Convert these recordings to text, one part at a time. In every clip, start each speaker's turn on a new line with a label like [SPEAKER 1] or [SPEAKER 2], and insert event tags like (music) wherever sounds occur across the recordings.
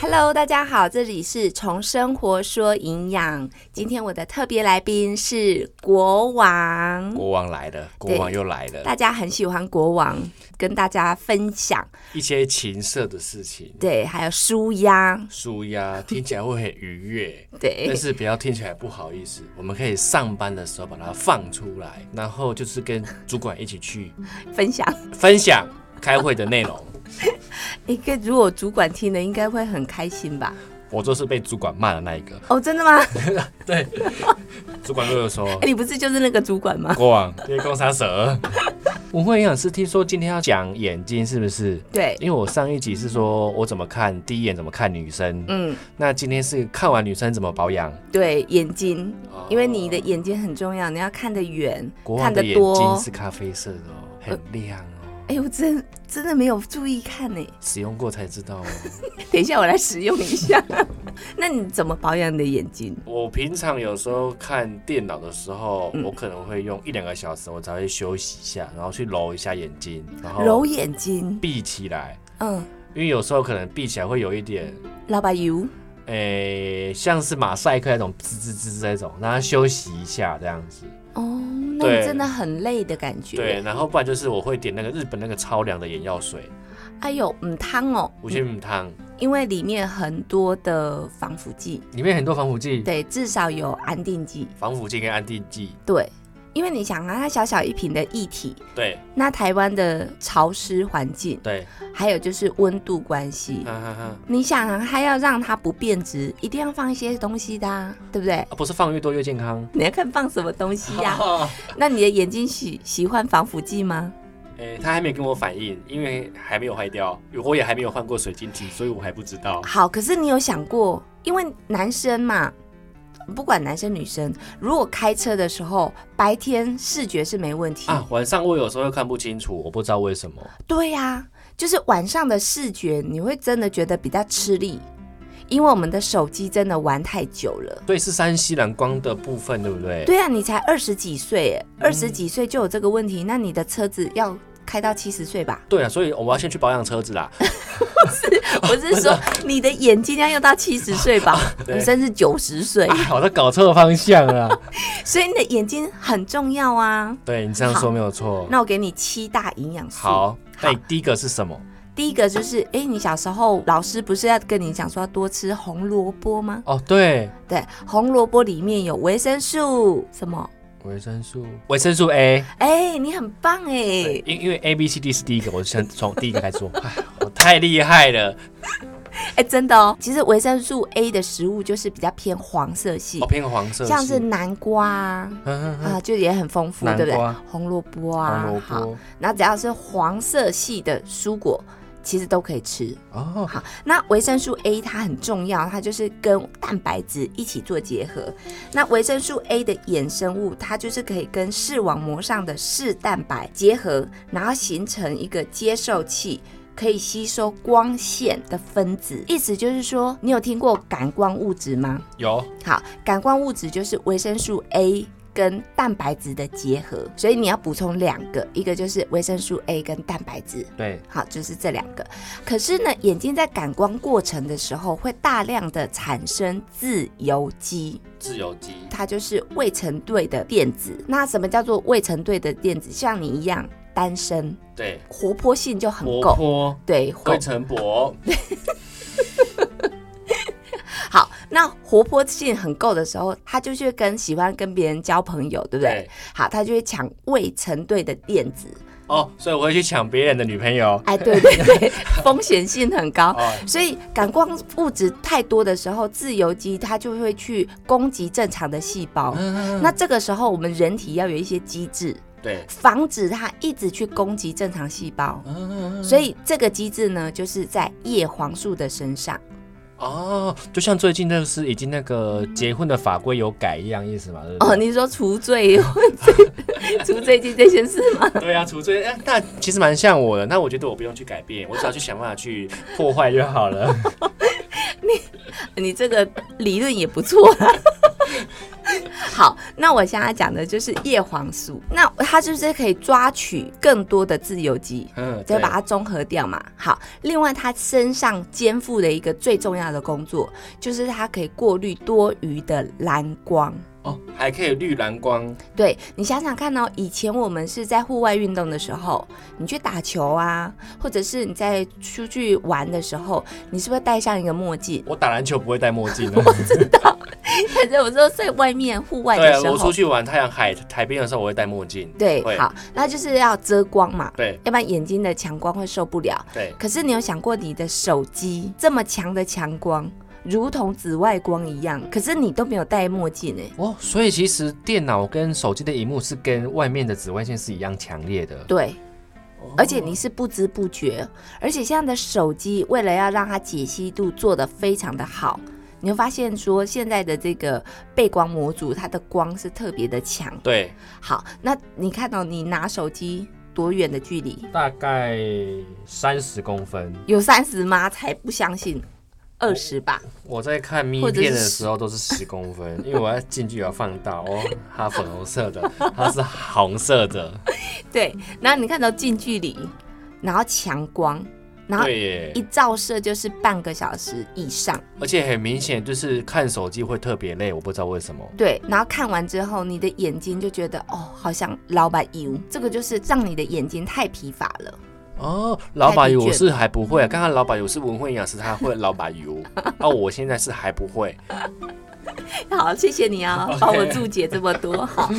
[SPEAKER 1] Hello，大家好，这里是从生活说营养。今天我的特别来宾是国王，
[SPEAKER 2] 国王来了，国王又来了，
[SPEAKER 1] 大家很喜欢国王，跟大家分享
[SPEAKER 2] 一些情色的事情，
[SPEAKER 1] 对，还有舒压，
[SPEAKER 2] 舒
[SPEAKER 1] (laughs)
[SPEAKER 2] 压听起来会很愉悦，但
[SPEAKER 1] 对
[SPEAKER 2] 是不要听起来不好意思。我们可以上班的时候把它放出来，然后就是跟主管一起去
[SPEAKER 1] 分享。
[SPEAKER 2] 分享开会的内容。
[SPEAKER 1] 一个如果主管听了，应该会很开心吧？
[SPEAKER 2] 我就是被主管骂的那一个，
[SPEAKER 1] 哦，真的
[SPEAKER 2] (laughs)
[SPEAKER 1] 吗？
[SPEAKER 2] 对，主管跟我说
[SPEAKER 1] 哎，你不是就是那个主管吗？(laughs)
[SPEAKER 2] 国王别攻杀蛇。文慧营养师听说今天要讲眼睛，是不是？
[SPEAKER 1] 对，
[SPEAKER 2] 因为我上一集是说我怎么看第一眼怎么看女生，
[SPEAKER 1] 嗯，
[SPEAKER 2] 那今天是看完女生怎么保养。
[SPEAKER 1] 对，眼睛，因为你的眼睛很重要，你要看得远，
[SPEAKER 2] 哦国
[SPEAKER 1] 看
[SPEAKER 2] 王
[SPEAKER 1] 得
[SPEAKER 2] 的眼睛
[SPEAKER 1] 多。
[SPEAKER 2] 是咖啡色的哦，很亮哦，
[SPEAKER 1] 哎，我真真的没有注意看呢、
[SPEAKER 2] 使用过才知道
[SPEAKER 1] (laughs)
[SPEAKER 2] 哦。
[SPEAKER 1] 等一下，我来使用一下。 (laughs) 那你怎么保养你的眼睛？
[SPEAKER 2] 我平常有时候看电脑的时候，
[SPEAKER 1] 嗯
[SPEAKER 2] 我可能会用一两个小时，我才会休息一下，然后去揉一下眼睛，然
[SPEAKER 1] 揉
[SPEAKER 2] 后
[SPEAKER 1] 眼睛，
[SPEAKER 2] 闭起来，
[SPEAKER 1] 嗯，
[SPEAKER 2] 因为有时候可能闭起来会有一点。
[SPEAKER 1] 老板油，
[SPEAKER 2] 诶、像是马赛克那种滋滋滋滋那种，让它休息一下这样子。
[SPEAKER 1] 哦，那
[SPEAKER 2] 对
[SPEAKER 1] 你真的很累的感觉。
[SPEAKER 2] 对，，然后不然就是我会点那个日本那个超凉的眼药水，
[SPEAKER 1] 哎呦，嗯汤哦，
[SPEAKER 2] 五千米汤，
[SPEAKER 1] 因为里面很多的防腐剂，
[SPEAKER 2] 里面很多防腐剂，
[SPEAKER 1] 对，至少有安定剂，
[SPEAKER 2] 防腐剂跟安定剂。
[SPEAKER 1] 对，因为你想啊，它小小一瓶的液体，
[SPEAKER 2] 对
[SPEAKER 1] 那台湾的潮湿环境，
[SPEAKER 2] 对，
[SPEAKER 1] 还有就是温度关系。
[SPEAKER 2] 哈哈哈。
[SPEAKER 1] 你想啊，它要让它不变质，一定要放一些东西的、啊，对不对？
[SPEAKER 2] 啊，不是放越多越健康。
[SPEAKER 1] 你要看放什么东西呀、 (laughs) 那你的眼睛喜喜欢防腐剂吗？
[SPEAKER 2] 诶、他还没跟我反映，因为还没有坏掉，我也还没有换过水晶体，所以我还不知道。
[SPEAKER 1] 好，可是你有想过，因为男生嘛，不管男生女生，如果开车的时候，白天视觉是没问题。
[SPEAKER 2] 啊，晚上我有时候看不清楚，我不知道为什么。
[SPEAKER 1] 对呀、就是晚上的视觉，你会真的觉得比较吃力，因为我们的手机真的玩太久了。
[SPEAKER 2] 对，是山西蓝光的部分，对不对？
[SPEAKER 1] 对啊，你才二十几岁耶，二十几岁就有这个问题，那你的车子要开到七十岁吧？
[SPEAKER 2] 对啊，所以我要先去保养车子啦。
[SPEAKER 1] (laughs) 我是说，你的眼睛要用到七十岁吧，
[SPEAKER 2] (laughs) 对
[SPEAKER 1] 甚至九十岁。
[SPEAKER 2] (laughs) 哎，我在搞错方向 (laughs) 了。
[SPEAKER 1] 所以你的眼睛很重要啊。
[SPEAKER 2] 对你这样说没有错。
[SPEAKER 1] 那我给你七大营养素。，
[SPEAKER 2] 好，那你第一个是什么？
[SPEAKER 1] 第一个就是，哎、你小时候老师不是要跟你讲说要多吃红萝卜吗？
[SPEAKER 2] 哦，对，
[SPEAKER 1] 对，红萝卜里面有维生素什么？
[SPEAKER 2] 维生素，维生素 A。
[SPEAKER 1] 哎、你很棒哎、
[SPEAKER 2] 对因因为 A B C D 是第一个，我先从第一个开始说。 (laughs) 哎，我太厉害了。
[SPEAKER 1] 哎、真的哦。其实维生素 A 的食物就是比较偏黄色系，
[SPEAKER 2] 哦，偏黄色系，
[SPEAKER 1] 像是南瓜啊。
[SPEAKER 2] 嗯嗯
[SPEAKER 1] 啊，就也很丰富，
[SPEAKER 2] 南
[SPEAKER 1] 对不对
[SPEAKER 2] 瓜？
[SPEAKER 1] 红萝卜
[SPEAKER 2] 嗯
[SPEAKER 1] 啊，
[SPEAKER 2] 红萝
[SPEAKER 1] 好，
[SPEAKER 2] 卜。
[SPEAKER 1] 那只要是黄色系的蔬果，其实都可以吃。
[SPEAKER 2] 哦，
[SPEAKER 1] 好，那维生素 A 它很重要，它就是跟蛋白质一起做结合。那维生素 A 的衍生物，它就是可以跟视网膜上的视蛋白结合，然后形成一个接受器。可以吸收光线的分子，意思就是说，你有听过感光物质吗？
[SPEAKER 2] 有。
[SPEAKER 1] 好，感光物质就是维生素 A 跟蛋白质的结合，所以你要补充两个，一个就是维生素 A 跟蛋白质，
[SPEAKER 2] 对，
[SPEAKER 1] 好，就是这两个。可是呢，眼睛在感光过程的时候，会大量的产生自由基，
[SPEAKER 2] 自由基。
[SPEAKER 1] 它就是未成对的电子。那什么叫做未成对的电子？像你一样单身，
[SPEAKER 2] 对，
[SPEAKER 1] 活泼性就很
[SPEAKER 2] 活
[SPEAKER 1] 够。
[SPEAKER 2] 泼，
[SPEAKER 1] 对，活
[SPEAKER 2] 会陈博，
[SPEAKER 1] 好，那活泼性很够的时候，他就去跟喜欢跟别人交朋友，对不对？
[SPEAKER 2] 对，
[SPEAKER 1] 好，他就会抢未成对的电子，
[SPEAKER 2] 哦，所以我会去抢别人的女朋友，
[SPEAKER 1] (laughs) 哎，对对对，风险性很高。
[SPEAKER 2] 哦，
[SPEAKER 1] 所以感光物质太多的时候，自由基它就会去攻击正常的细胞。那这个时候，我们人体要有一些机制，
[SPEAKER 2] 哦对，
[SPEAKER 1] 防止它一直去攻击正常细胞。所以这个机制呢，就是在叶黄素的身上。
[SPEAKER 2] 哦，就像最近那个是已经那个结婚的法规有改一样意思嘛，对不
[SPEAKER 1] 哦，
[SPEAKER 2] 对？
[SPEAKER 1] 你说除罪 (laughs) 除罪记这件事吗？
[SPEAKER 2] (laughs) 对啊，除罪，哎那其实蛮像我的，那我觉得我不用去改变，我只要去想办法去破坏就好
[SPEAKER 1] (laughs)
[SPEAKER 2] 了。
[SPEAKER 1] 你这个理论也不错啦。 (laughs) 好，那我现在讲的就是叶黄素，那它就是可以抓取更多的自由基，
[SPEAKER 2] 嗯，
[SPEAKER 1] 再把它综合掉嘛。好，另外它身上肩负的一个最重要的工作，就是它可以过滤多余的蓝光。
[SPEAKER 2] 哦，还可以绿蓝光，
[SPEAKER 1] 对你想想看哦，以前我们是在户外运动的时候，你去打球啊，或者是你在出去玩的时候，你是不是戴上一个墨镜？
[SPEAKER 2] 我打篮球不会戴
[SPEAKER 1] (laughs)
[SPEAKER 2] 墨镜的。
[SPEAKER 1] 反正我说在外面户外
[SPEAKER 2] 对
[SPEAKER 1] 的
[SPEAKER 2] 啊，
[SPEAKER 1] 时
[SPEAKER 2] 我出
[SPEAKER 1] 候，
[SPEAKER 2] 去玩太阳海海边的时候，我会戴墨镜。
[SPEAKER 1] 对
[SPEAKER 2] 会
[SPEAKER 1] 好，那就是要遮光嘛，
[SPEAKER 2] 对
[SPEAKER 1] 要不然眼睛的强光会受不了。
[SPEAKER 2] 对，
[SPEAKER 1] 可是你有想过，你的手机这么强的强光，如同紫外光一样，可是你都没有戴墨镜哎、
[SPEAKER 2] 哦，所以其实电脑跟手机的荧幕是跟外面的紫外线是一样强烈的。
[SPEAKER 1] 对，
[SPEAKER 2] 哦
[SPEAKER 1] 而且你是不知不觉，而且现在的手机为了要让它解析度做得非常的好，你会发现说现在的这个背光模组，它的光是特别的强。
[SPEAKER 2] 对，
[SPEAKER 1] 好，那你看到、你拿手机多远的距离？
[SPEAKER 2] 大概三十公分。
[SPEAKER 1] 有三十吗？才不相信，二十吧。
[SPEAKER 2] 我在看咪片的时候都是十
[SPEAKER 1] (laughs)
[SPEAKER 2] 公分，因为我要近距离要放大哦，它粉红色的，它是红色的，
[SPEAKER 1] 对，然后你看到近距离，然后强光，然后
[SPEAKER 2] 对耶
[SPEAKER 1] 一，照射就是半个小时以上。
[SPEAKER 2] 而且很明显就是看手机会特别累，我不知道为什么。
[SPEAKER 1] 对，然后看完之后，你的眼睛就觉得哦，好像老板油，这个就是让你的眼睛太疲乏了。 (laughs)
[SPEAKER 2] 哦，老板油
[SPEAKER 1] 太疲倦
[SPEAKER 2] 我是还不会、啊，刚刚老板油是文慧营养师，他会老板油，
[SPEAKER 1] (laughs)
[SPEAKER 2] 啊，我现在是还不会。
[SPEAKER 1] 好，谢谢你啊，
[SPEAKER 2] OK
[SPEAKER 1] 帮我注解这么多。 (laughs) 好，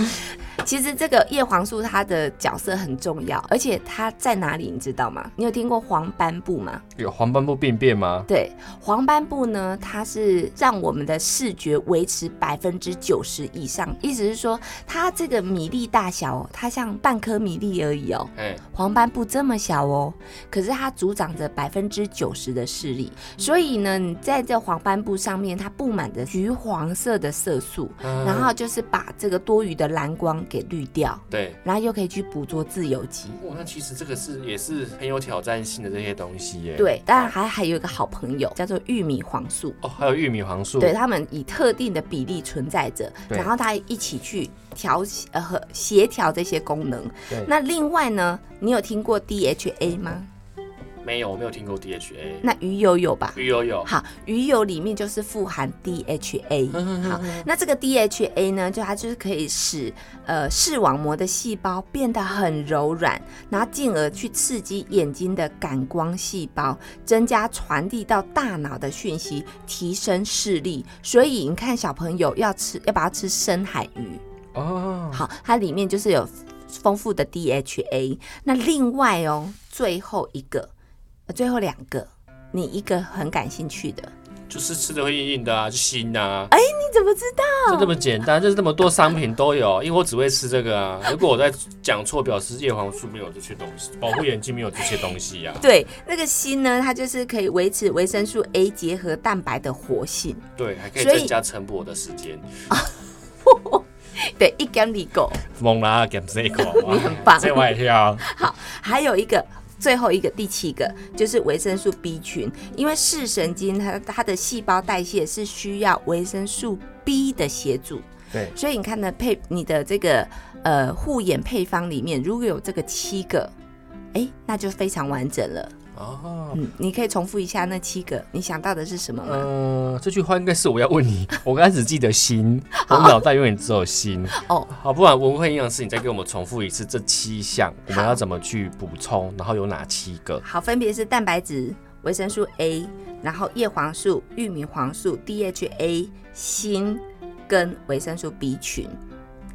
[SPEAKER 1] 其实这个叶黄素它的角色很重要，而且它在哪里你知道吗？你有听过黄斑部吗？
[SPEAKER 2] 有黄斑部病变吗？
[SPEAKER 1] 对，黄斑部呢，它是让我们的视觉维持百分之九十以上，意思是说它这个米粒大小哦，它像半颗米粒而已哦。
[SPEAKER 2] 哎、
[SPEAKER 1] 黄斑部这么小哦，可是它主掌着百分之九十的视力，所以呢，你在这黄斑部上面，它布满着橘黄色的色素，
[SPEAKER 2] 嗯
[SPEAKER 1] 然后就是把这个多余的蓝光给滤掉，
[SPEAKER 2] 对，
[SPEAKER 1] 然后又可以去捕捉自由基。
[SPEAKER 2] 哇，那其实这个是也是很有挑战性的这些东西耶。，
[SPEAKER 1] 对，当然还还有一个好朋友叫做玉米黄素，
[SPEAKER 2] 哦，还有玉米黄素，
[SPEAKER 1] 对他们以特定的比例存在着，
[SPEAKER 2] 对
[SPEAKER 1] 然后它一起去调呃和协调这些功能
[SPEAKER 2] 对。嗯
[SPEAKER 1] 那另外呢，你有听过 DHA 吗？
[SPEAKER 2] 没有，我没有听过 DHA，
[SPEAKER 1] 那鱼油有吧？
[SPEAKER 2] 鱼油有，
[SPEAKER 1] 好，鱼油里面就是富含 DHA。好，那这个 DHA 呢，就它就是可以使呃视网膜的细胞变得很柔软，然后进而去刺激眼睛的感光细胞，增加传递到大脑的讯息，提升视力。所以你看，小朋友要吃要把它吃深海鱼，
[SPEAKER 2] 哦，
[SPEAKER 1] 好，它里面就是有丰富的 DHA。那另外哦，最后一个，呃最后两个，你一个很感兴趣的，
[SPEAKER 2] 就是吃的会硬硬的啊，就腥啊，
[SPEAKER 1] 你怎么知道？
[SPEAKER 2] 就这么简单，就是这么多商品都有，因为我只会吃这个啊。如果我在讲错，表示叶黄素没有这些东西，保护眼睛没有这些东西呀、啊。
[SPEAKER 1] 对，那个锌呢，它就是可以维持维生素 A 结合蛋白的活性。
[SPEAKER 2] 对，还可以
[SPEAKER 1] 所以
[SPEAKER 2] 增加晨勃的时间。
[SPEAKER 1] 对，一根里狗，
[SPEAKER 2] 猛啦，game 这一口啊，
[SPEAKER 1] 你很棒
[SPEAKER 2] 这外跳。
[SPEAKER 1] 还有一个。最后一个，第七个就是维生素 B 群，因为视神经它它的细胞代谢是需要维生素 B 的协助，
[SPEAKER 2] 对，
[SPEAKER 1] 所以你看呢，配你的这个呃护眼配方里面，如果有这个七个，哎，那就非常完整了。
[SPEAKER 2] 哦，
[SPEAKER 1] 嗯，你可以重复一下那七个，你想到的是什么吗？
[SPEAKER 2] 嗯、这句话应该是我要问你，我刚才只记得心，我脑袋永远只有心。
[SPEAKER 1] 哦，
[SPEAKER 2] 好，不然文慧营养师，你再给我们重复一次这七项，我们要怎么去补充，然后有哪七个？
[SPEAKER 1] 好，分别是蛋白质、维生素 A，然后叶黄素、玉米黄素、DHA、锌跟维生素 B 群。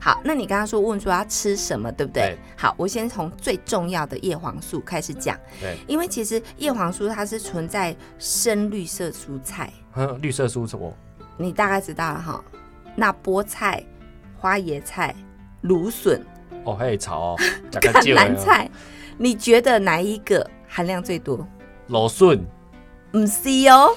[SPEAKER 1] 好，那你刚刚说问说要吃什么，对不对？
[SPEAKER 2] 对
[SPEAKER 1] 好，我先从最重要的叶黄素开始讲，
[SPEAKER 2] 对，
[SPEAKER 1] 因为其实叶黄素它是存在深绿色蔬菜，
[SPEAKER 2] 嗯，绿色蔬什么？
[SPEAKER 1] 你大概知道了哈。那菠菜、花椰菜、芦笋、
[SPEAKER 2] 哦，还
[SPEAKER 1] (laughs)
[SPEAKER 2] 有草哦，大
[SPEAKER 1] 甘蓝、
[SPEAKER 2] 哦
[SPEAKER 1] 菜，你觉得哪一个含量最多？
[SPEAKER 2] 芦笋。 (laughs)
[SPEAKER 1] 唔是哦，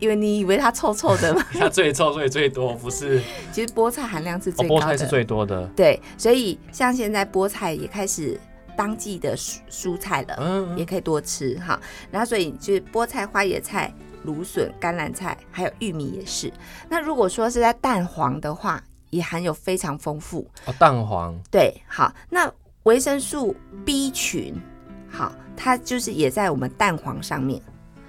[SPEAKER 1] 因为你以为它臭臭
[SPEAKER 2] (laughs)
[SPEAKER 1] 的嘛，
[SPEAKER 2] 它最臭最最多，不是？
[SPEAKER 1] 其实菠菜含量是
[SPEAKER 2] 哦，
[SPEAKER 1] (laughs) 最高的。
[SPEAKER 2] 菠菜是最多的。
[SPEAKER 1] 对，所以像现在菠菜也开始当季的蔬蔬菜了，
[SPEAKER 2] 嗯，
[SPEAKER 1] 也可以多吃哈。然后所以就是菠菜、花椰菜、芦笋、甘蓝菜，还有玉米也是。那如果说是在蛋黄的话，也含有非常丰富。
[SPEAKER 2] 哦，蛋黄
[SPEAKER 1] 对，好，那维生素 B 群，好，它就是也在我们蛋黄上面。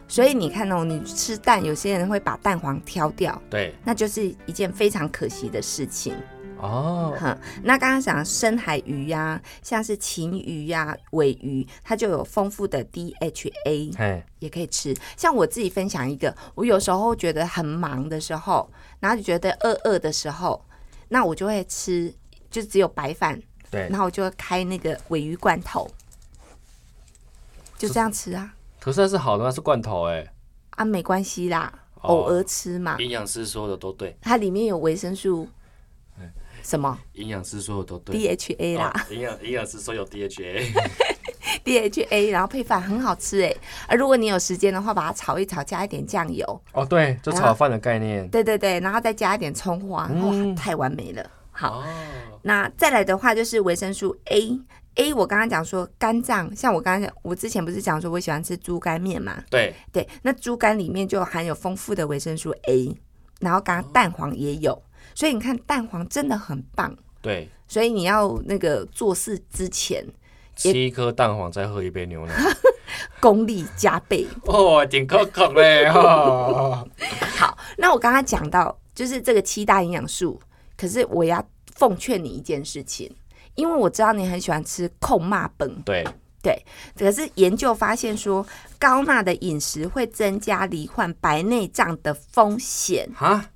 [SPEAKER 1] 所以你看哦，你吃蛋，有些人会把蛋黄挑掉，
[SPEAKER 2] 对
[SPEAKER 1] 那就是一件非常可惜的事情。
[SPEAKER 2] 哦，
[SPEAKER 1] 哼，那刚刚讲深海鱼呀、像是琴鱼呀、尾鱼，它就有丰富的 DHA，
[SPEAKER 2] 嘿，
[SPEAKER 1] 也可以吃。像我自己分享一个，我有时候觉得很忙的时候，然后就觉得饿饿的时候，那我就会吃，就只有白饭，
[SPEAKER 2] 对
[SPEAKER 1] 然。后我就开那个尾鱼罐头，就这样吃啊
[SPEAKER 2] 可是那是好的，那是罐头哎。
[SPEAKER 1] 啊，没关系啦，
[SPEAKER 2] 哦
[SPEAKER 1] 偶尔吃嘛，
[SPEAKER 2] 营养师说的都对，
[SPEAKER 1] 它里面有维生素，什么
[SPEAKER 2] 营养师说的都哎对。
[SPEAKER 1] DHA (laughs) 啦、
[SPEAKER 2] 哦营养营养师说有 DHA，
[SPEAKER 1] DHA，然后配饭很好吃哎。而如果你有时间的话，把它炒一炒，加一点酱油，
[SPEAKER 2] 哦对，就炒饭的概念。
[SPEAKER 1] 对对对，然后再加一点葱花，
[SPEAKER 2] 嗯
[SPEAKER 1] 哇，太完美了。好，
[SPEAKER 2] 哦，
[SPEAKER 1] 那再来的话就是维生素 A。A，我刚刚讲说肝脏，像我刚刚讲，我之前不是讲说我喜欢吃猪肝面嘛？
[SPEAKER 2] 对，
[SPEAKER 1] 对，那猪肝里面就含有丰富的维生素 A，然后刚刚蛋黄也有，所以你看蛋黄真的很棒。
[SPEAKER 2] 对，
[SPEAKER 1] 所以你要那个做事之前
[SPEAKER 2] 吃一颗蛋黄再喝一杯牛奶，
[SPEAKER 1] 功力加倍。
[SPEAKER 2] (laughs) 哦，挺可口嘞哦。
[SPEAKER 1] 好，那我刚刚讲到就是这个七大营养素，可是我要奉劝你一件事情，因为我知道你很喜欢吃控骂本，
[SPEAKER 2] (laughs) 对，
[SPEAKER 1] 可是研究发现说高钠的饮食会增加罹患白内障的风险。
[SPEAKER 2] 哈，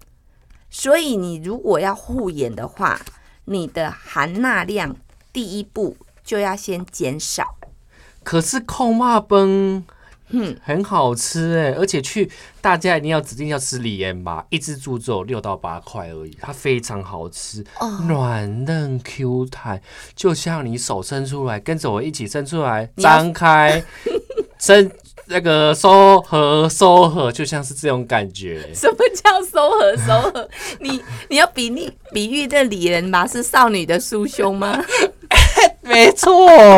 [SPEAKER 1] 所以你如果要护眼的话，你的含钠量第一步就要先减少。
[SPEAKER 2] 可是控骂崩。嗯，很好吃哎，而且去大家一定要指定要吃里盐吧，一只猪只有六到八块而已，它非常好吃，
[SPEAKER 1] 哦
[SPEAKER 2] 软嫩 Q 弹，就像你手伸出来，跟着我一起伸出来，
[SPEAKER 1] 你要
[SPEAKER 2] 张开，伸那个收合收合，就像是这种感觉。
[SPEAKER 1] (laughs) 什么叫收合收合？ (laughs) 你你要比例比喻的李仁吧，是少女的酥胸吗？
[SPEAKER 2] (laughs) 没错，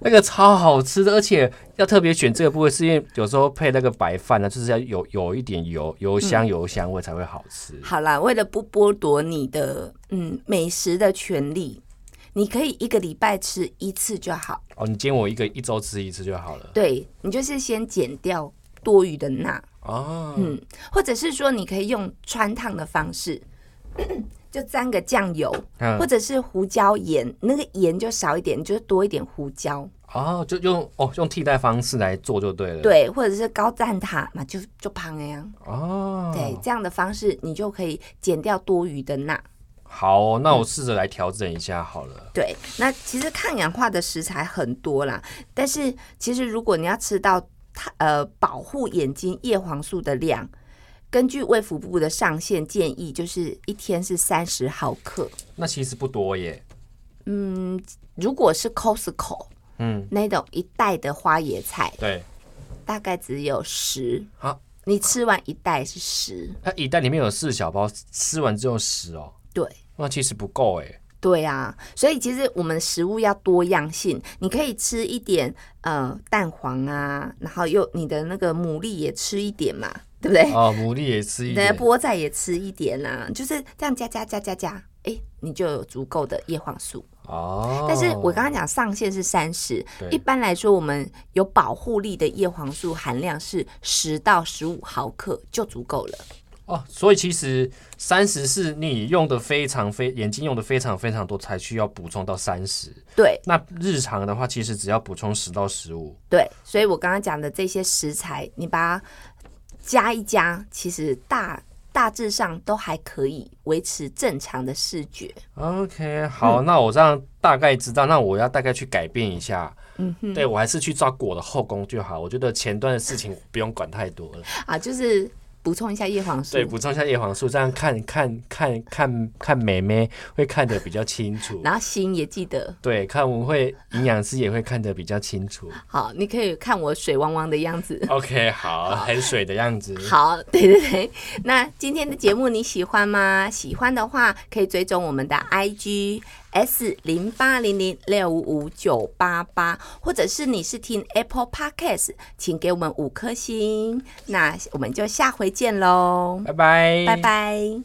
[SPEAKER 2] 那个超好吃的，而且要特别选这个部位，是因为有时候配那个白饭呢，就是要有有一点油油香油香味才会好吃。
[SPEAKER 1] (laughs) 好啦，为了不剥夺你的嗯美食的权利，你可以一个礼拜吃一次就好。
[SPEAKER 2] 哦，你煎我一个一周吃一次就好了。
[SPEAKER 1] 对你就是先减掉多余的钠，
[SPEAKER 2] 哦，
[SPEAKER 1] 嗯，或者是说你可以用穿烫的方式， (clears throat) 就沾个酱油，或
[SPEAKER 2] 嗯，
[SPEAKER 1] 者是胡椒盐，那个盐就少一点，你就是多一点胡椒，
[SPEAKER 2] 哦，就用哦用替代方式来做就对了。，
[SPEAKER 1] 对，或者是高蛋挞嘛，就就胖那样，
[SPEAKER 2] 哦，
[SPEAKER 1] 对，这样的方式你就可以减掉多余的钠。
[SPEAKER 2] 好哦、那我试着来调整一下好了。
[SPEAKER 1] 对，那其实抗氧化的食材很多啦，但是其实如果你要吃到它呃保护眼睛叶黄素的量，根据卫福部的上限建议，就是一天是三十毫克。
[SPEAKER 2] 那其实不多耶。
[SPEAKER 1] 如果是 Costco
[SPEAKER 2] 嗯，
[SPEAKER 1] 那种一袋的花椰菜，
[SPEAKER 2] 对，
[SPEAKER 1] 大概只有十。
[SPEAKER 2] 啊，
[SPEAKER 1] 你吃完一袋是十，
[SPEAKER 2] 那一袋里面有四小包，吃完之后十哦，
[SPEAKER 1] 对。
[SPEAKER 2] 那其实不够哎。
[SPEAKER 1] 对啊，所以其实我们食物要多样性，你可以吃一点呃蛋黄啊，然后又你的那个牡蛎也吃一点嘛，对不对？
[SPEAKER 2] 哦，牡蛎也吃一
[SPEAKER 1] 你的
[SPEAKER 2] 点。
[SPEAKER 1] 菠菜也吃一点啦、就是这样加加加加加，哎，你就有足够的叶黄素。
[SPEAKER 2] 哦，
[SPEAKER 1] 但是我刚刚讲上限是三十，
[SPEAKER 2] 对
[SPEAKER 1] 一般来说我们有保护力的叶黄素含量是十到十五毫克就足够了。
[SPEAKER 2] 哦，所以其实三十是你用的非常非眼睛用的非常非常多，才需要补充到三十。
[SPEAKER 1] 对，
[SPEAKER 2] 那日常的话，其实只要补充十到十五。
[SPEAKER 1] 对，所以我刚刚讲的这些食材，你把它加一加，其实大大致上都还可以维持正常的视觉。
[SPEAKER 2] OK，好，那我这样大概知道，那我要大概去改变一下。嗯哼，对我还是去照顾我的后宫就好。我觉得前端的事情不用管太多了。
[SPEAKER 1] 啊，就是补充一下叶黄素
[SPEAKER 2] 对，，补充一下叶黄素，这样看看看看看妹妹会看得比较清楚。
[SPEAKER 1] 然后锌也记得。
[SPEAKER 2] 对，看我们会营养师也会看得比较清 (laughs) 楚。
[SPEAKER 1] 好，你可以看我水汪汪的样子。
[SPEAKER 2] OK，好，很水的样子。
[SPEAKER 1] 好， (laughs) 对对对。那今天的节目你喜欢吗？喜欢的话可以追踪我们的 IG S 零八零零六五五九八八，或者是你是听 Apple Podcast，请给我们五颗星。那我们就下回见喽，
[SPEAKER 2] 拜拜，
[SPEAKER 1] 拜拜